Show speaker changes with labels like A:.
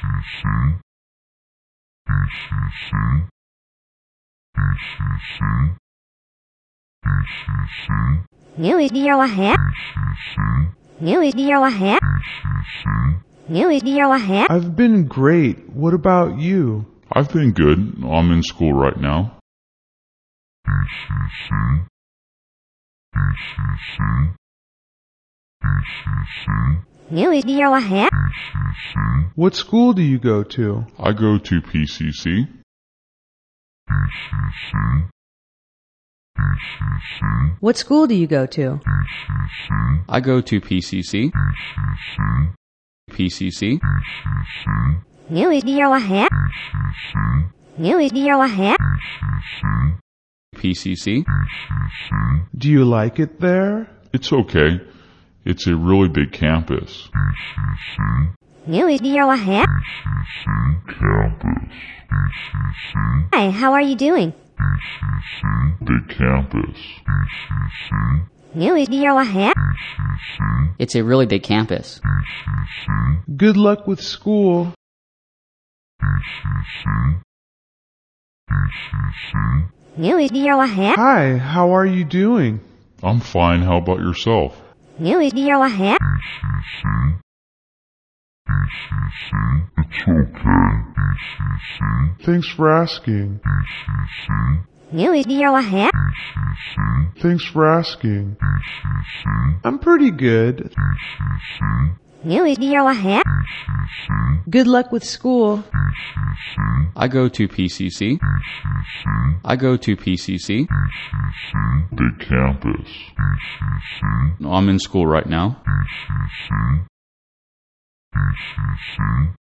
A: BCC, BCC, BCC, BCC,
B: News Bureau ahead.
A: BCC,
B: News Bureau ahead.
A: BCC.
B: News Bureau ahead.
C: I've been great. What about you?
A: I've been good. I'm in school right now. BCC, BCC, BCC,
B: News Bureau ahead.
A: BCC.
C: What school do you go to?
A: I go to PCC. BCC, BCC,
D: What school do you go to?
A: BCC,
E: I go to PCC,
A: BCC,
E: PCC,
A: BCC,
B: News Bureau ahead.
A: BCC,
B: News Bureau ahead.
A: BCC.
E: PCC.
C: Do you like it there?
A: It's okay. It's a really big campus.
B: News Bureau ahead.
A: Campus.
B: Hi, how are you doing?
A: Big campus.
B: News Bureau ahead.
F: It's a really big campus.
C: Good luck with school.
B: News Bureau ahead.
C: Hi, how are you doing?
A: I'm fine. How about yourself?
B: News Bureau ahead.
A: It's okay.
C: Thanks for asking.
B: News Bureau ahead.
C: Thanks for asking. I'm pretty good.
B: News Bureau ahead.
D: Good luck with school.
E: I go to PCC. I go to PCC.
A: Big campus.
E: I'm in school right now.